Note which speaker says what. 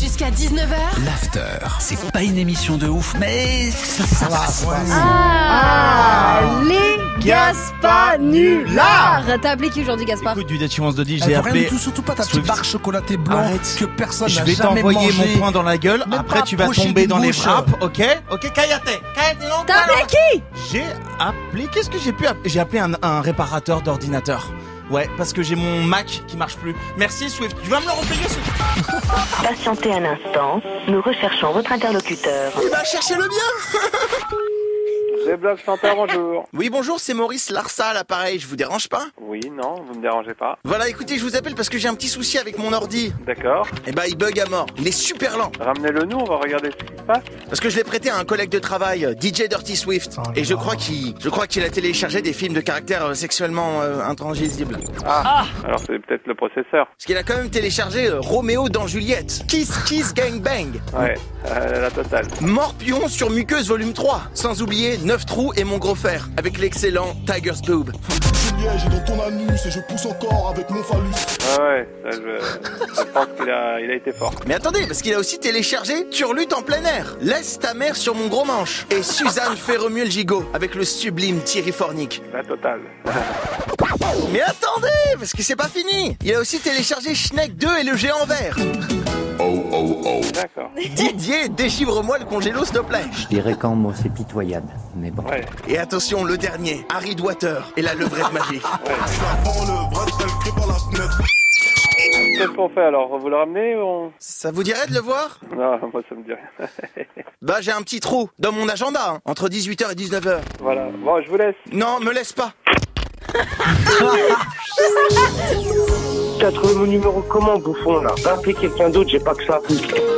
Speaker 1: Jusqu'à 19h,
Speaker 2: L'after, c'est pas une émission de ouf, mais ça, ça va.
Speaker 3: Ah, les Gaspanulars T'as appelé qui aujourd'hui, Gaspard
Speaker 4: Écoute, du déchirance de dit,
Speaker 2: Elle
Speaker 4: j'ai
Speaker 2: veut rien
Speaker 4: appelé.
Speaker 2: du tout, surtout pas ta petite
Speaker 4: Swift.
Speaker 2: barre chocolatée blanc
Speaker 4: Arrête.
Speaker 2: que personne
Speaker 4: Je
Speaker 2: n'a
Speaker 4: vais
Speaker 2: jamais
Speaker 4: t'envoyer
Speaker 2: mangé.
Speaker 4: mon poing dans la gueule.
Speaker 2: Même
Speaker 4: Après,
Speaker 2: pas
Speaker 4: tu vas
Speaker 2: approché
Speaker 4: tomber
Speaker 2: d'une
Speaker 4: dans les
Speaker 2: bouche.
Speaker 4: frappes. Ok, ok, Kayate. Kayate, non,
Speaker 3: T'as
Speaker 4: pas
Speaker 3: appelé
Speaker 4: là.
Speaker 3: qui
Speaker 4: J'ai appelé. Qu'est-ce que j'ai pu appeler J'ai appelé un, un réparateur d'ordinateur. Ouais, parce que j'ai mon Mac qui marche plus. Merci Swift. Tu vas me le repayer Swift.
Speaker 5: Patientez un instant, nous recherchons votre interlocuteur.
Speaker 4: Il va chercher le bien.
Speaker 6: Les blogs Center, bonjour.
Speaker 4: Oui, bonjour, c'est Maurice Larsa à l'appareil. Je vous dérange pas
Speaker 6: Oui, non, vous me dérangez pas.
Speaker 4: Voilà, écoutez, je vous appelle parce que j'ai un petit souci avec mon ordi.
Speaker 6: D'accord.
Speaker 4: Eh ben, il bug à mort. Il est super lent.
Speaker 6: Ramenez-le nous, on va regarder ce qui se passe.
Speaker 4: Parce que je l'ai prêté à un collègue de travail, euh, DJ Dirty Swift.
Speaker 2: Oh là
Speaker 4: et je
Speaker 2: là.
Speaker 4: crois qu'il, je crois qu'il a téléchargé des films de caractère euh, sexuellement euh, intransigible.
Speaker 6: Alors, c'est peut-être le processeur.
Speaker 4: Parce qu'il a quand même téléchargé euh, Roméo dans Juliette, Kiss Kiss Gang Bang,
Speaker 6: Ouais, euh, la totale.
Speaker 4: Morpion sur Muqueuse volume 3, sans oublier 9 trous et mon gros fer, avec l'excellent Tiger's Boob.
Speaker 7: Je niais, j'ai dans ton anus et je pousse encore avec mon phallus.
Speaker 6: Ouais, ouais, ça, je, je pense qu'il a, il a été fort.
Speaker 4: Mais attendez, parce qu'il a aussi téléchargé Turlute en plein air, Laisse ta mère sur mon gros manche, et Suzanne fait remuer le gigot, avec le sublime Thierry Fornic.
Speaker 6: La totale.
Speaker 4: Mais attendez, parce que c'est pas fini Il a aussi téléchargé Schneck 2 et le géant vert.
Speaker 6: D'accord.
Speaker 4: Didier, déchivre-moi le congélo, s'il te plaît.
Speaker 8: dirais quand moi c'est pitoyable, mais bon.
Speaker 6: Ouais,
Speaker 4: Et attention, le dernier, Harry Dwater et la levrette magique.
Speaker 7: Avant le bras, elle crie par la fenêtre.
Speaker 6: qu'est-ce qu'on fait alors Vous le ramenez ou on...
Speaker 4: Ça vous dirait de le voir
Speaker 6: Non, moi ça me dit rien.
Speaker 4: Bah, j'ai un petit trou dans mon agenda, hein, entre 18h et 19h.
Speaker 6: voilà. Bon, je vous laisse.
Speaker 4: Non, me laisse pas.
Speaker 9: T'as trouvé mon numéro comment, bouffon, là Va appeler quelqu'un d'autre, j'ai pas que ça.
Speaker 2: Ah ben.